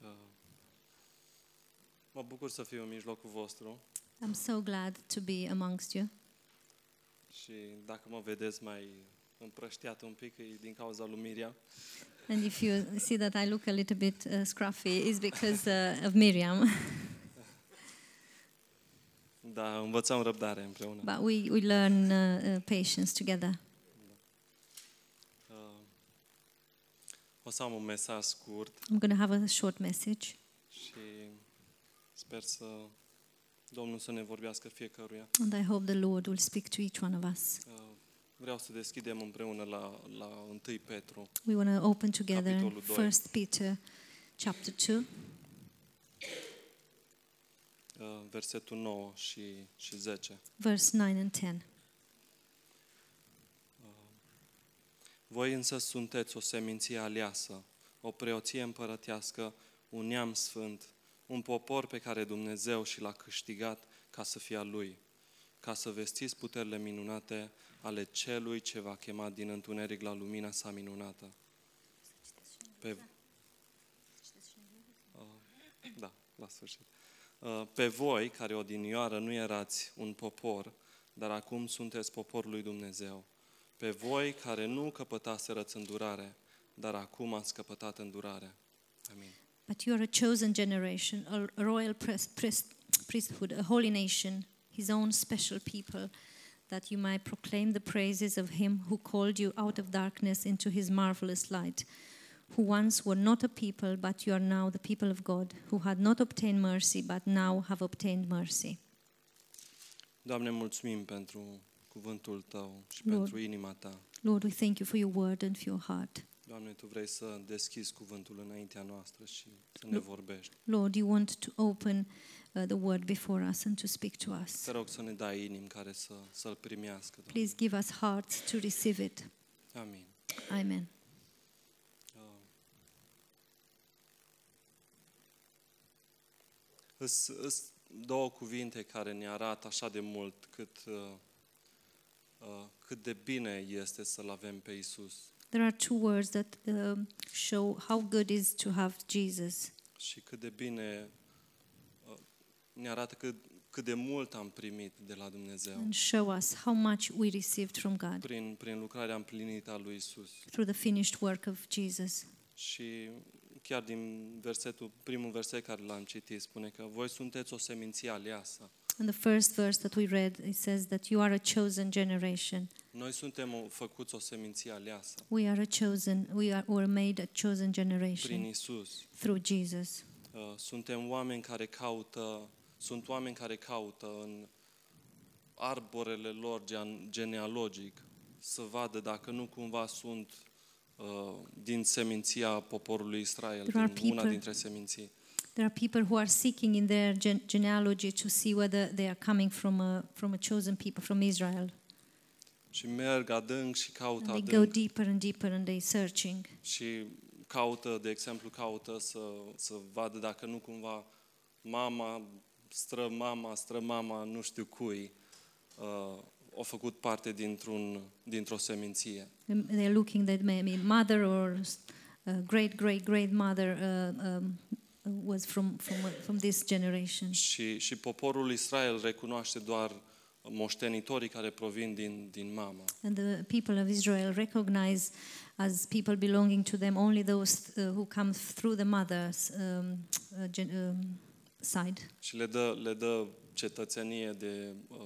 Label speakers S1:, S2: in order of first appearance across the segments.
S1: Uh, Mă bucur să fiu în mijlocul vostru
S2: I'm so glad to be amongst you.
S1: și dacă mă vedeți mai împrăștiat un pic, e din cauza lui Miria.
S2: And if you see that I look a little bit uh, scruffy, it's because uh, of Miriam.
S1: Dar învățăm răbdare împreună.
S2: but we, we learn uh, uh, patience together.
S1: Uh, o să am un mesaj scurt
S2: I'm going to have a short message.
S1: și sper să Domnul să ne vorbească fiecăruia.
S2: And I hope the Lord will speak to each one of us.
S1: Uh, Vreau să deschidem împreună la, la 1 Petru.
S2: We want to open together
S1: Capitolul doi.
S2: First Peter chapter 2,
S1: Uh, versetul 9 și, și 10.
S2: verse 9 and 10.
S1: Voi însă sunteți o seminție aleasă, o preoție împărătească, un neam sfânt, un popor pe care Dumnezeu și l-a câștigat ca să fie a Lui, ca să vestiți puterile minunate ale Celui ce va chema din întuneric la lumina sa minunată. Pe... Uh, Da, la sfârșit. Uh, Pe voi, care odinioară nu erați un popor, dar acum sunteți poporul lui Dumnezeu. Pe voi, care nu căpătaserăți îndurare, dar acum ați căpătat îndurare. Amin.
S2: But you are a chosen generation, a royal pres- pres- priesthood, a holy nation, his own special people, that you might proclaim the praises of him who called you out of darkness into his marvelous light, who once were not a people, but you are now the people of God, who had not obtained mercy, but now have obtained mercy.
S1: Doamne, mulțumim pentru cuvântul Tău și
S2: Lord.
S1: pentru inima Ta.
S2: Lord, we thank you for your word and for your heart.
S1: Doamne, Tu vrei să deschizi cuvântul înaintea noastră și să ne
S2: Lu-
S1: vorbești.
S2: Lord, you want to open uh, the word before us and to speak to us.
S1: Te rog să ne dai inimi care să, să-L primească, Doamne.
S2: Please give us hearts to receive it.
S1: Amin.
S2: Amen.
S1: Uh, Îs, îs două cuvinte care ne arată așa de mult cât, uh, uh, cât de bine este să-L avem pe Isus
S2: There are two words that um, show how good it is to have Jesus
S1: și cât de bine uh, ne arată cât, cât de mult am primit de la Dumnezeu
S2: and show us how much we received from God
S1: prin, prin lucrarea împlinită a lui Isus.
S2: through the finished work of Jesus.
S1: Și chiar din versetul, primul verset care l-am citit spune că voi sunteți o seminție aleasă.
S2: And the first verse that we read, it says that you are a chosen generation.
S1: Noi suntem o- făcuți o seminție aleasă
S2: We are a chosen, we are were made a chosen
S1: prin
S2: generation
S1: Isus.
S2: through Jesus.
S1: Uh, Suntem oameni care caută, sunt oameni care caută în arborele lor gean- genealogic să vadă dacă nu cumva sunt uh, din seminția poporului Israel,
S2: There are
S1: din una
S2: people-
S1: dintre seminții.
S2: There are people who are seeking in their gen- genealogy to see whether they are coming from a, from a chosen people, from Israel.
S1: Și merg adânc și
S2: And
S1: caută
S2: they go
S1: adânc
S2: deeper and deeper and they're searching.
S1: și caută, de exemplu, caută să, să vadă dacă nu cumva mama, strămama, strămama, nu știu cui, uh, au făcut parte dintr-un, dintr-o seminție.
S2: Um, They're looking that maybe mother or uh, great great great mother uh, um, was from from from this generation.
S1: Și, și poporul Israel recunoaște doar moștenitorii care provin din, din mama.
S2: And the people of Israel recognize as people belonging to them only those uh, who come through the mother's um, uh, gen- um, side,
S1: Și le dă, le dă cetățenie de uh,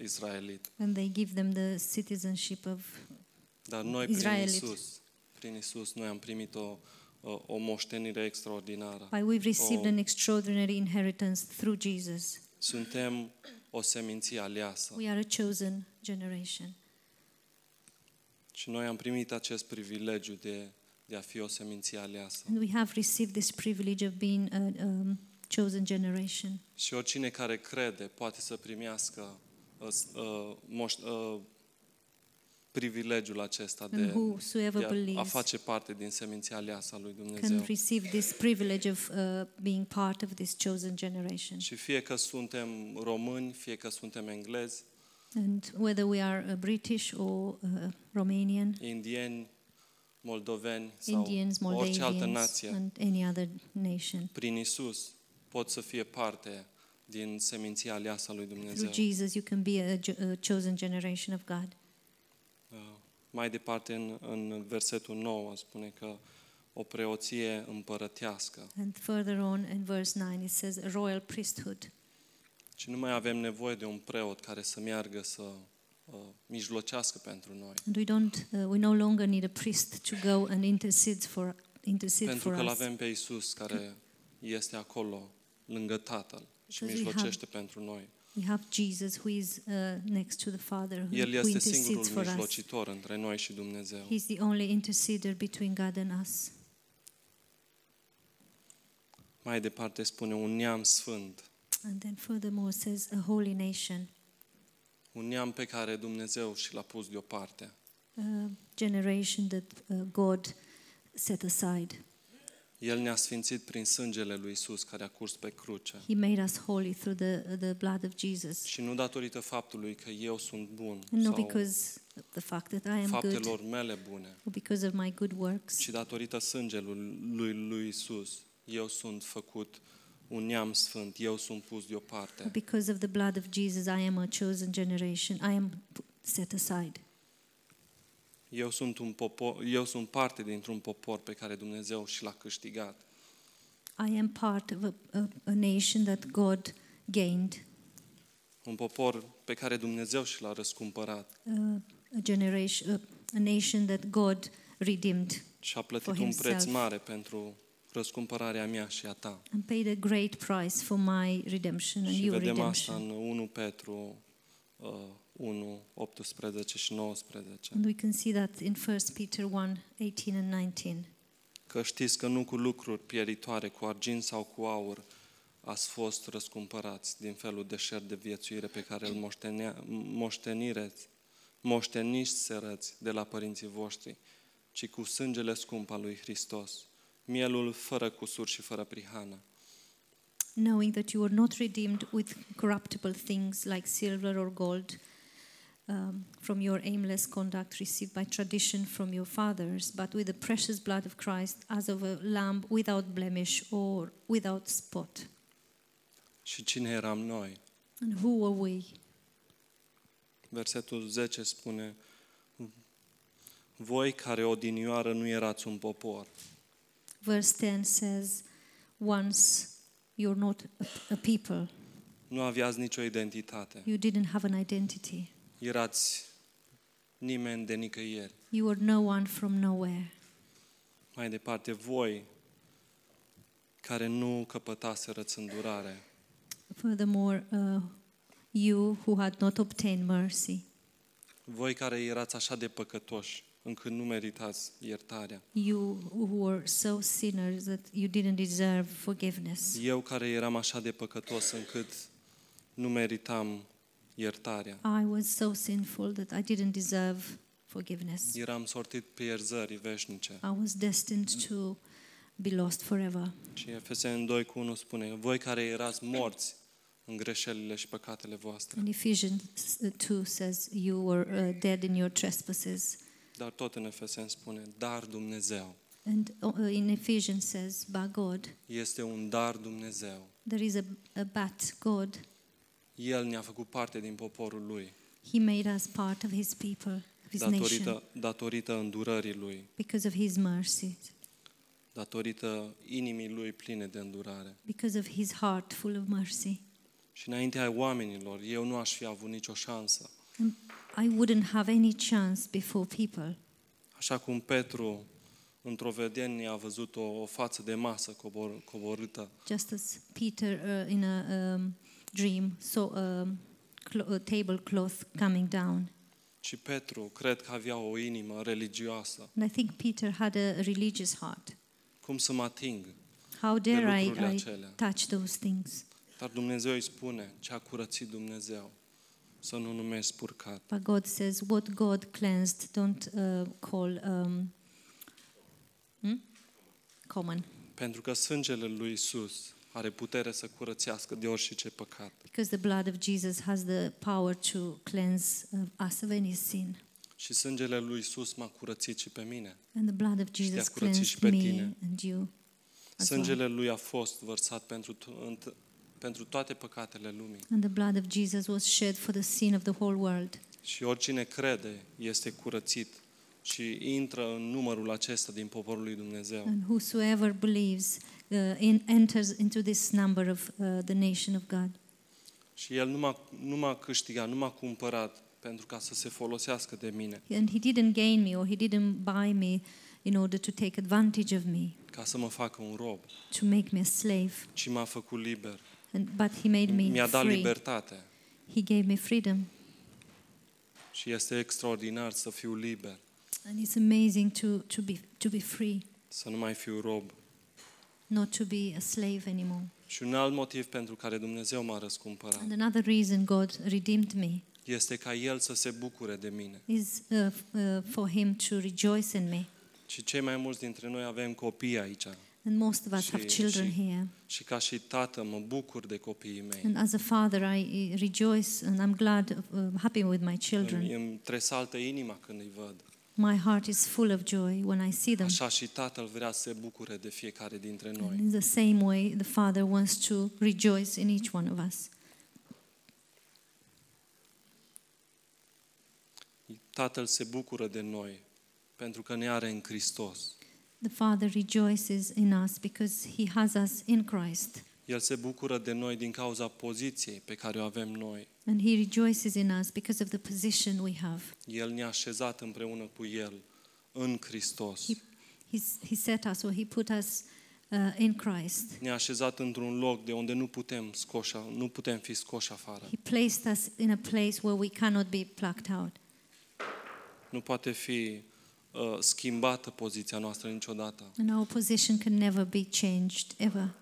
S1: israelit.
S2: and they give them the citizenship of.
S1: Dar noi
S2: Israelit.
S1: prin Isus, prin Isus, noi am primit o, o, o moștenire extraordinară.
S2: Why we've received
S1: Oh.
S2: an extraordinary inheritance through Jesus.
S1: Suntem o seminție aleasă.
S2: We are a chosen generation,
S1: Și noi am primit acest privilegiu de, de a fi o seminție aleasă.
S2: and we have received this privilege of being a um, chosen generation.
S1: Și oricine care crede poate să primească uh, s- uh, moș, uh, privilegiul acesta
S2: And
S1: de,
S2: whosoever
S1: de a, a
S2: believes
S1: face parte din seminția aleasă a lui Dumnezeu.
S2: can receive this privilege of uh, being part of this chosen generation.
S1: Și fie că suntem români, fie că suntem englezi,
S2: And whether we are uh, British or uh, Romanian,
S1: indieni, moldoveni sau
S2: Indians,
S1: orice altă
S2: Moldavians,
S1: nație,
S2: and any other nation,
S1: prin Isus pot să fie parte din seminția aleasă a lui Dumnezeu.
S2: Through Jesus, you can be a, ge- a chosen generation of God.
S1: Uh, Mai departe, în, în versetul 9, spune că o preoție împărătească.
S2: And further on in verse 9, it says, a royal priesthood.
S1: Și nu mai avem nevoie de un preot care să meargă să uh, mijlocească pentru noi.
S2: And we don't, uh, we no longer need a priest to go and intercede for, intercede
S1: Pentru
S2: for
S1: că îl
S2: us.
S1: avem pe Isus care este acolo, lângă Tatăl și
S2: Because we have-
S1: mijlocește pentru noi.
S2: We have Jesus who is uh, next to the Father, who,
S1: El
S2: who
S1: este
S2: intercedes
S1: singurul
S2: for us.
S1: mijlocitor între noi și Dumnezeu.
S2: He's the only interceder between God and us.
S1: Mai departe spune un neam sfânt,
S2: And then furthermore, it says, a holy nation,
S1: un neam pe care Dumnezeu și l-a pus deoparte.
S2: a generation that uh, God set aside.
S1: El ne-a sfințit prin sângele lui Isus care a curs pe cruce.
S2: He made us holy through the, uh, the blood of Jesus.
S1: Și nu datorită faptului că eu sunt bun
S2: And not
S1: sau
S2: because of the fact that I am good
S1: faptelor mele bune,
S2: or because of my good works,
S1: ci datorită sângelui lui, lui Isus. Eu sunt făcut un neam sfânt, eu sunt pus
S2: but
S1: deoparte.
S2: because of the blood of Jesus, I am a chosen generation. I am p- set aside.
S1: Eu sunt, un popor, eu sunt parte dintr-un popor pe care Dumnezeu și l-a câștigat.
S2: I am part of a, a, a nation that God gained,
S1: Un popor pe care Dumnezeu și l-a răscumpărat
S2: uh, a generation, uh, a nation that God redeemed
S1: și a plătit
S2: For
S1: un
S2: himself.
S1: preț mare pentru răscumpărarea mea și a ta.
S2: and paid a great price for my redemption and
S1: Și
S2: your
S1: vedem asta
S2: redemption.
S1: în 1 Petru uh, 1, 18 și 19.
S2: And we can see that in 1 Peter 1 18 and 19.
S1: Că știți că nu cu lucruri pieritoare, cu argint sau cu aur, ați fost răscumpărați din felul de șer de viețuire pe care îl moștenea, moștenireți, moșteniserăți de la părinții voștri, ci cu sângele scump al lui Hristos, mielul fără cusur și fără prihană.
S2: knowing that you were not redeemed with corruptible things like silver or gold um, from your aimless conduct received by tradition from your fathers, but with the precious blood of Christ as of a lamb without blemish or without spot.
S1: Și cine eram noi?
S2: And who were we?
S1: Versetul 10 spune, voi care odinioară nu erați un popor,
S2: Verse 10 says, Once you're not a, a people,
S1: nu aveați nicio identitate,
S2: you didn't have an identity,
S1: erați nimeni de nicăieri.
S2: you were no one from nowhere.
S1: Mai departe, voi care nu căpătaserăți îndurare,
S2: Furthermore, uh, you who had not obtained mercy.
S1: voi care erați așa de păcătoși încât nu meritați iertarea,
S2: You who were so sinners that you didn't deserve forgiveness.
S1: eu care eram așa de păcătos încât nu meritam iertarea,
S2: I was so sinful that I didn't deserve forgiveness.
S1: eram sortit pierzării veșnice.
S2: I was destined to be lost forever.
S1: Și Efeseni 2 cu 1 spune, voi care erați morți în greșelile și păcatele voastre,
S2: And Ephesians uh, 2 says, You were uh, dead in your trespasses.
S1: dar tot în Efeseni spune, dar Dumnezeu,
S2: And uh, in Ephesians says, By God,
S1: este un dar Dumnezeu.
S2: there is a, a but God.
S1: El ne-a făcut parte din poporul Lui,
S2: He made us part of His people, of His nation,
S1: datorită, datorită îndurării Lui,
S2: because of His mercy,
S1: datorită inimii Lui pline de îndurare.
S2: because of His heart full of mercy.
S1: Și înaintea oamenilor, eu nu aș fi avut nicio șansă.
S2: And I wouldn't have any chance before people.
S1: Așa cum Petru, într-o vedenie, a văzut o, o față de masă cobor, coborâtă
S2: Just as Peter, uh, in a um, dream, saw a, um, clo- a tablecloth coming down.
S1: și Petru, cred că avea o inimă religioasă.
S2: And I think Peter had a religious heart.
S1: Cum să mă ating?
S2: How dare I,
S1: lucrurile
S2: I
S1: acelea.
S2: touch those things?
S1: Dar Dumnezeu îi spune ce a curățit Dumnezeu, să nu numești purcat.
S2: But God says, What God cleansed, don't uh, call um, hmm? common.
S1: Pentru că sângele lui Isus are putere să curățească de orice păcat.
S2: Because the blood of Jesus has the power to cleanse uh, us of any sin.
S1: Și sângele lui Isus m-a curățit și pe mine.
S2: And the blood of
S1: te-a
S2: Jesus
S1: curățit și
S2: cleansed
S1: pe
S2: me
S1: tine.
S2: and you. as well.
S1: Sângele lui a fost vărsat pentru, to- înt- pentru toate păcatele lumii
S2: And the blood of Jesus was shed for the sin of the whole world.
S1: și oricine crede este curățit și intră în numărul acesta din poporul lui Dumnezeu.
S2: And whosoever believes uh, in, enters into this number of uh, the nation of God.
S1: Și el nu m-a, nu m-a câștigat, nu m-a cumpărat pentru ca să se folosească de mine,
S2: And he didn't gain me or he didn't buy me in order to take advantage of me,
S1: ca să mă facă un rob,
S2: to make me a slave.
S1: ci m-a făcut liber.
S2: And, but he made me
S1: Mi-a dat
S2: free.
S1: libertate
S2: He gave me freedom.
S1: și este extraordinar să fiu liber,
S2: And it's amazing to, to, be, to be free,
S1: să nu mai fiu rob.
S2: not to be a slave anymore.
S1: Și un alt motiv pentru care Dumnezeu m-a răscumpărat
S2: And another reason God redeemed me
S1: este ca El să se bucure de mine.
S2: is uh, f- uh, for him to rejoice in me.
S1: Și cei mai mulți dintre noi avem copii aici.
S2: And most of us have
S1: Și-
S2: children
S1: și-
S2: here.
S1: Și ca și tată mă bucur de copiii mei.
S2: And as a father, I uh, rejoice and I'm glad, of- uh, happy with my
S1: Îmi,
S2: children.
S1: îmi tresaltă inima când îi văd.
S2: My heart is full of joy when I see them.
S1: Așa și tatăl vrea să se bucure de fiecare dintre
S2: And
S1: noi.
S2: in the same way, the Father wants to rejoice in each one of us.
S1: Tatăl se bucură de noi pentru că ne are în Hristos.
S2: The Father rejoices in us because He has us in Christ.
S1: El se bucură de noi din cauza poziției pe care o avem noi.
S2: And He rejoices in us because of the position we have.
S1: El ne-a așezat împreună cu El în Hristos.
S2: He, he's, he set us or He put us uh, in Christ.
S1: Ne-a așezat într-un loc de unde nu putem, scoșa, nu putem fi scoși afară.
S2: He placed us in a place where we cannot be plucked out.
S1: Nu poate fi uh, schimbată poziția noastră niciodată.
S2: And our position can never be changed, ever.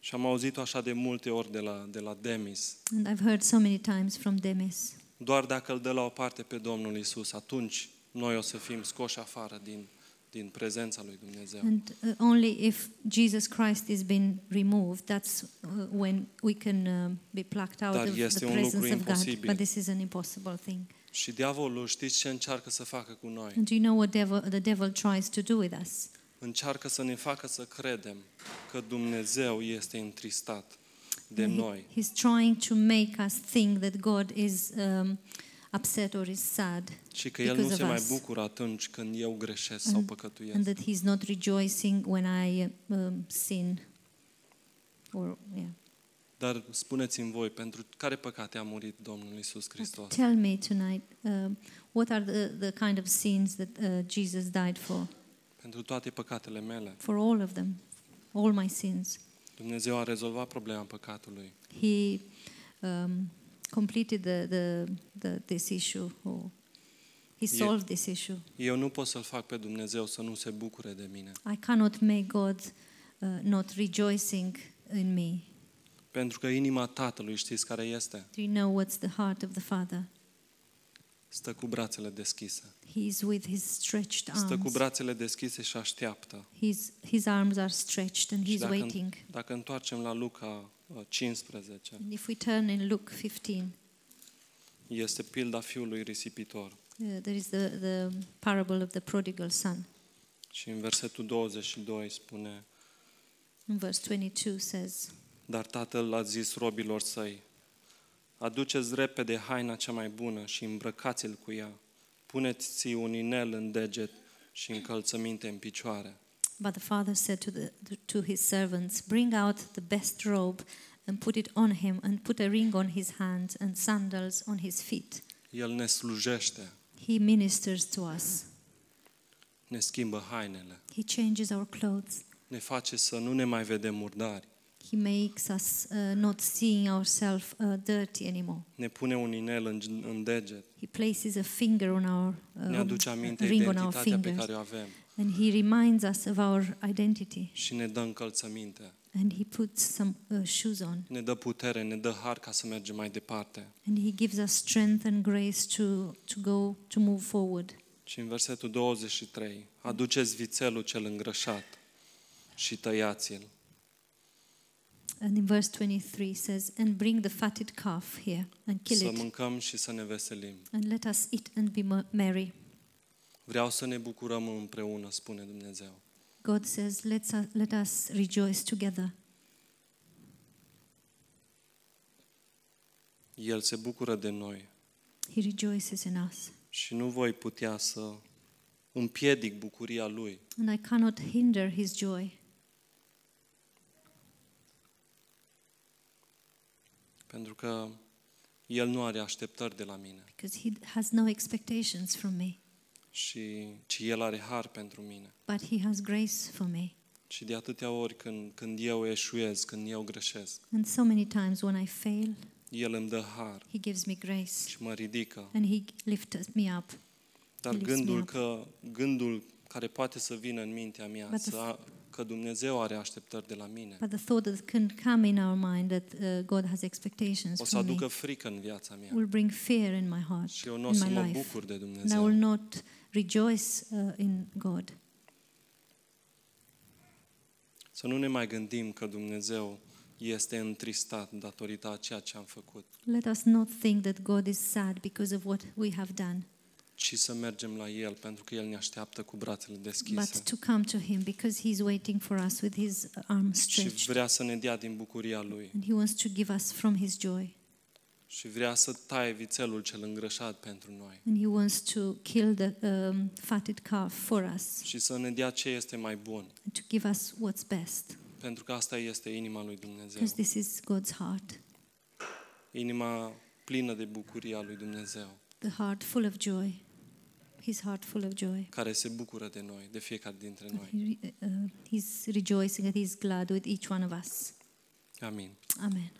S1: Și am auzit-o așa de multe ori de la, de la Demis.
S2: And I've heard so many times from Demis.
S1: Doar dacă îl dă la o parte pe Domnul Isus, atunci noi o să fim scoși afară din, din prezența lui Dumnezeu.
S2: And uh, only if Jesus Christ is been removed, that's uh, when we can um, be plucked out
S1: Dar
S2: of
S1: este
S2: the
S1: un
S2: presence
S1: lucru
S2: of God.
S1: imposibil.
S2: But this is an impossible thing.
S1: Și diavolul, știți ce încearcă să facă cu noi?
S2: And do you know what devil, the devil tries to do with us?
S1: Încearcă să ne facă să credem că Dumnezeu este întristat de
S2: He-
S1: noi.
S2: he's trying to make us think that God is um, upset or is sad,
S1: Și că El nu
S2: Because
S1: se
S2: of
S1: mai
S2: us.
S1: bucură atunci când eu greșesc sau
S2: And- and
S1: păcătuiesc.
S2: that he's not rejoicing when I um, sin. Or yeah.
S1: Dar spuneți-mi voi, pentru care păcate a murit Domnul Isus Hristos?
S2: Tell me tonight, um, what are the, the kind of sins that uh, Jesus died for?
S1: Pentru toate păcatele mele.
S2: For all of them, all my sins.
S1: Dumnezeu a rezolvat problema păcatului.
S2: He um, completed the, the, the, this issue, or he
S1: Ye-
S2: solved this issue.
S1: Eu nu pot să-L fac pe Dumnezeu să nu se bucure de mine.
S2: I cannot make God uh, not rejoicing in me.
S1: Pentru că inima Tatălui, știți care este?
S2: Do you know what's the heart of the Father?
S1: Stă cu brațele deschise.
S2: He is with his stretched
S1: Stă cu
S2: arms.
S1: brațele deschise și așteaptă.
S2: His, his arms are stretched and
S1: Și
S2: he's
S1: dacă,
S2: waiting.
S1: dacă întoarcem la Luca uh, 15,
S2: And if we turn in Luke 15,
S1: este pilda fiului risipitor.
S2: uh, there is the, the parable of the prodigal son.
S1: Și în versetul 22 spune,
S2: In verse 22 says,
S1: Dar tatăl a zis robilor săi, aduceți repede haina cea mai bună și îmbrăcați-l cu ea, puneți un inel în deget și încălțăminte în picioare.
S2: But the father said to, the, to his servants, Bring out the best robe and put it on him, and put a ring on his hand and sandals on his feet.
S1: El ne slujește,
S2: He ministers to us,
S1: ne schimbă hainele,
S2: he changes our clothes,
S1: ne face să nu ne mai vedem murdari,
S2: he makes us uh, not seeing ourselves uh, dirty anymore.
S1: ne pune un inel în, în deget,
S2: He places a finger on our
S1: ne
S2: um,
S1: aduce aminte
S2: ring on our
S1: identitatea pe
S2: fingers,
S1: care o avem
S2: and he reminds us of our identity,
S1: și ne dă încălțăminte,
S2: and he puts some uh, shoes on,
S1: ne dă putere, ne dă har ca să mergem mai departe.
S2: and he gives us strength and grace to to go to move forward.
S1: Și în versetul 23, aduceți vițelul cel îngrășat și tăiați-l.
S2: And in verse 23 says, And bring the fatted calf here and kill
S1: Să
S2: it,
S1: mâncăm și să ne veselim.
S2: and let us eat and be mer- merry.
S1: Vreau să ne bucurăm împreună, spune Dumnezeu.
S2: God says, Let's, uh, let us rejoice together.
S1: El se bucură de noi
S2: He rejoices in us.
S1: și nu voi putea să împiedic bucuria Lui.
S2: And I cannot hinder his joy
S1: Pentru că El nu are așteptări de la mine,
S2: because he has no expectations from me,
S1: și, ci El are har pentru mine.
S2: but he has grace for me.
S1: Și de atâtea ori când, când eu eșuez, când eu greșesc,
S2: And so many times when I fail,
S1: El îmi dă har
S2: he gives me grace
S1: și mă ridică.
S2: and he lifts me up.
S1: Dar
S2: Lipsmea.
S1: gândul că gândul care poate să vină în mintea mea,
S2: But the-
S1: să, a- că Dumnezeu are așteptări de la mine,
S2: But the thought that can come in our mind that uh, God has expectations
S1: o să
S2: for me
S1: aducă frică în viața mea
S2: will bring fear in my heart,
S1: și eu
S2: in
S1: nu o să mă
S2: my life.
S1: bucur de
S2: And I will
S1: Dumnezeu.
S2: not rejoice uh, in God.
S1: Să nu ne mai gândim că Dumnezeu este întristat datorită a ceea ce am făcut,
S2: Let us not think that God is sad because of what we have done,
S1: ci să mergem la El, pentru că El ne așteaptă cu brațele
S2: but
S1: deschise
S2: to come to Him because He's waiting for us with His arms
S1: și
S2: stretched.
S1: vrea să ne dea din bucuria Lui
S2: And He wants to give us from His joy.
S1: și vrea să taie vițelul cel îngrășat pentru noi
S2: And He wants to kill the um, fatted calf for us,
S1: și să ne dea ce este mai bun,
S2: to give us what's best,
S1: pentru că asta este inima Lui Dumnezeu.
S2: because this is God's heart,
S1: inima plină de bucuria lui Dumnezeu,
S2: the heart full of joy, His heart full of joy.
S1: care se bucură de noi, de fiecare dintre noi.
S2: He, uh, he's rejoicing and He's glad with each one of us.
S1: Amin.
S2: Amen.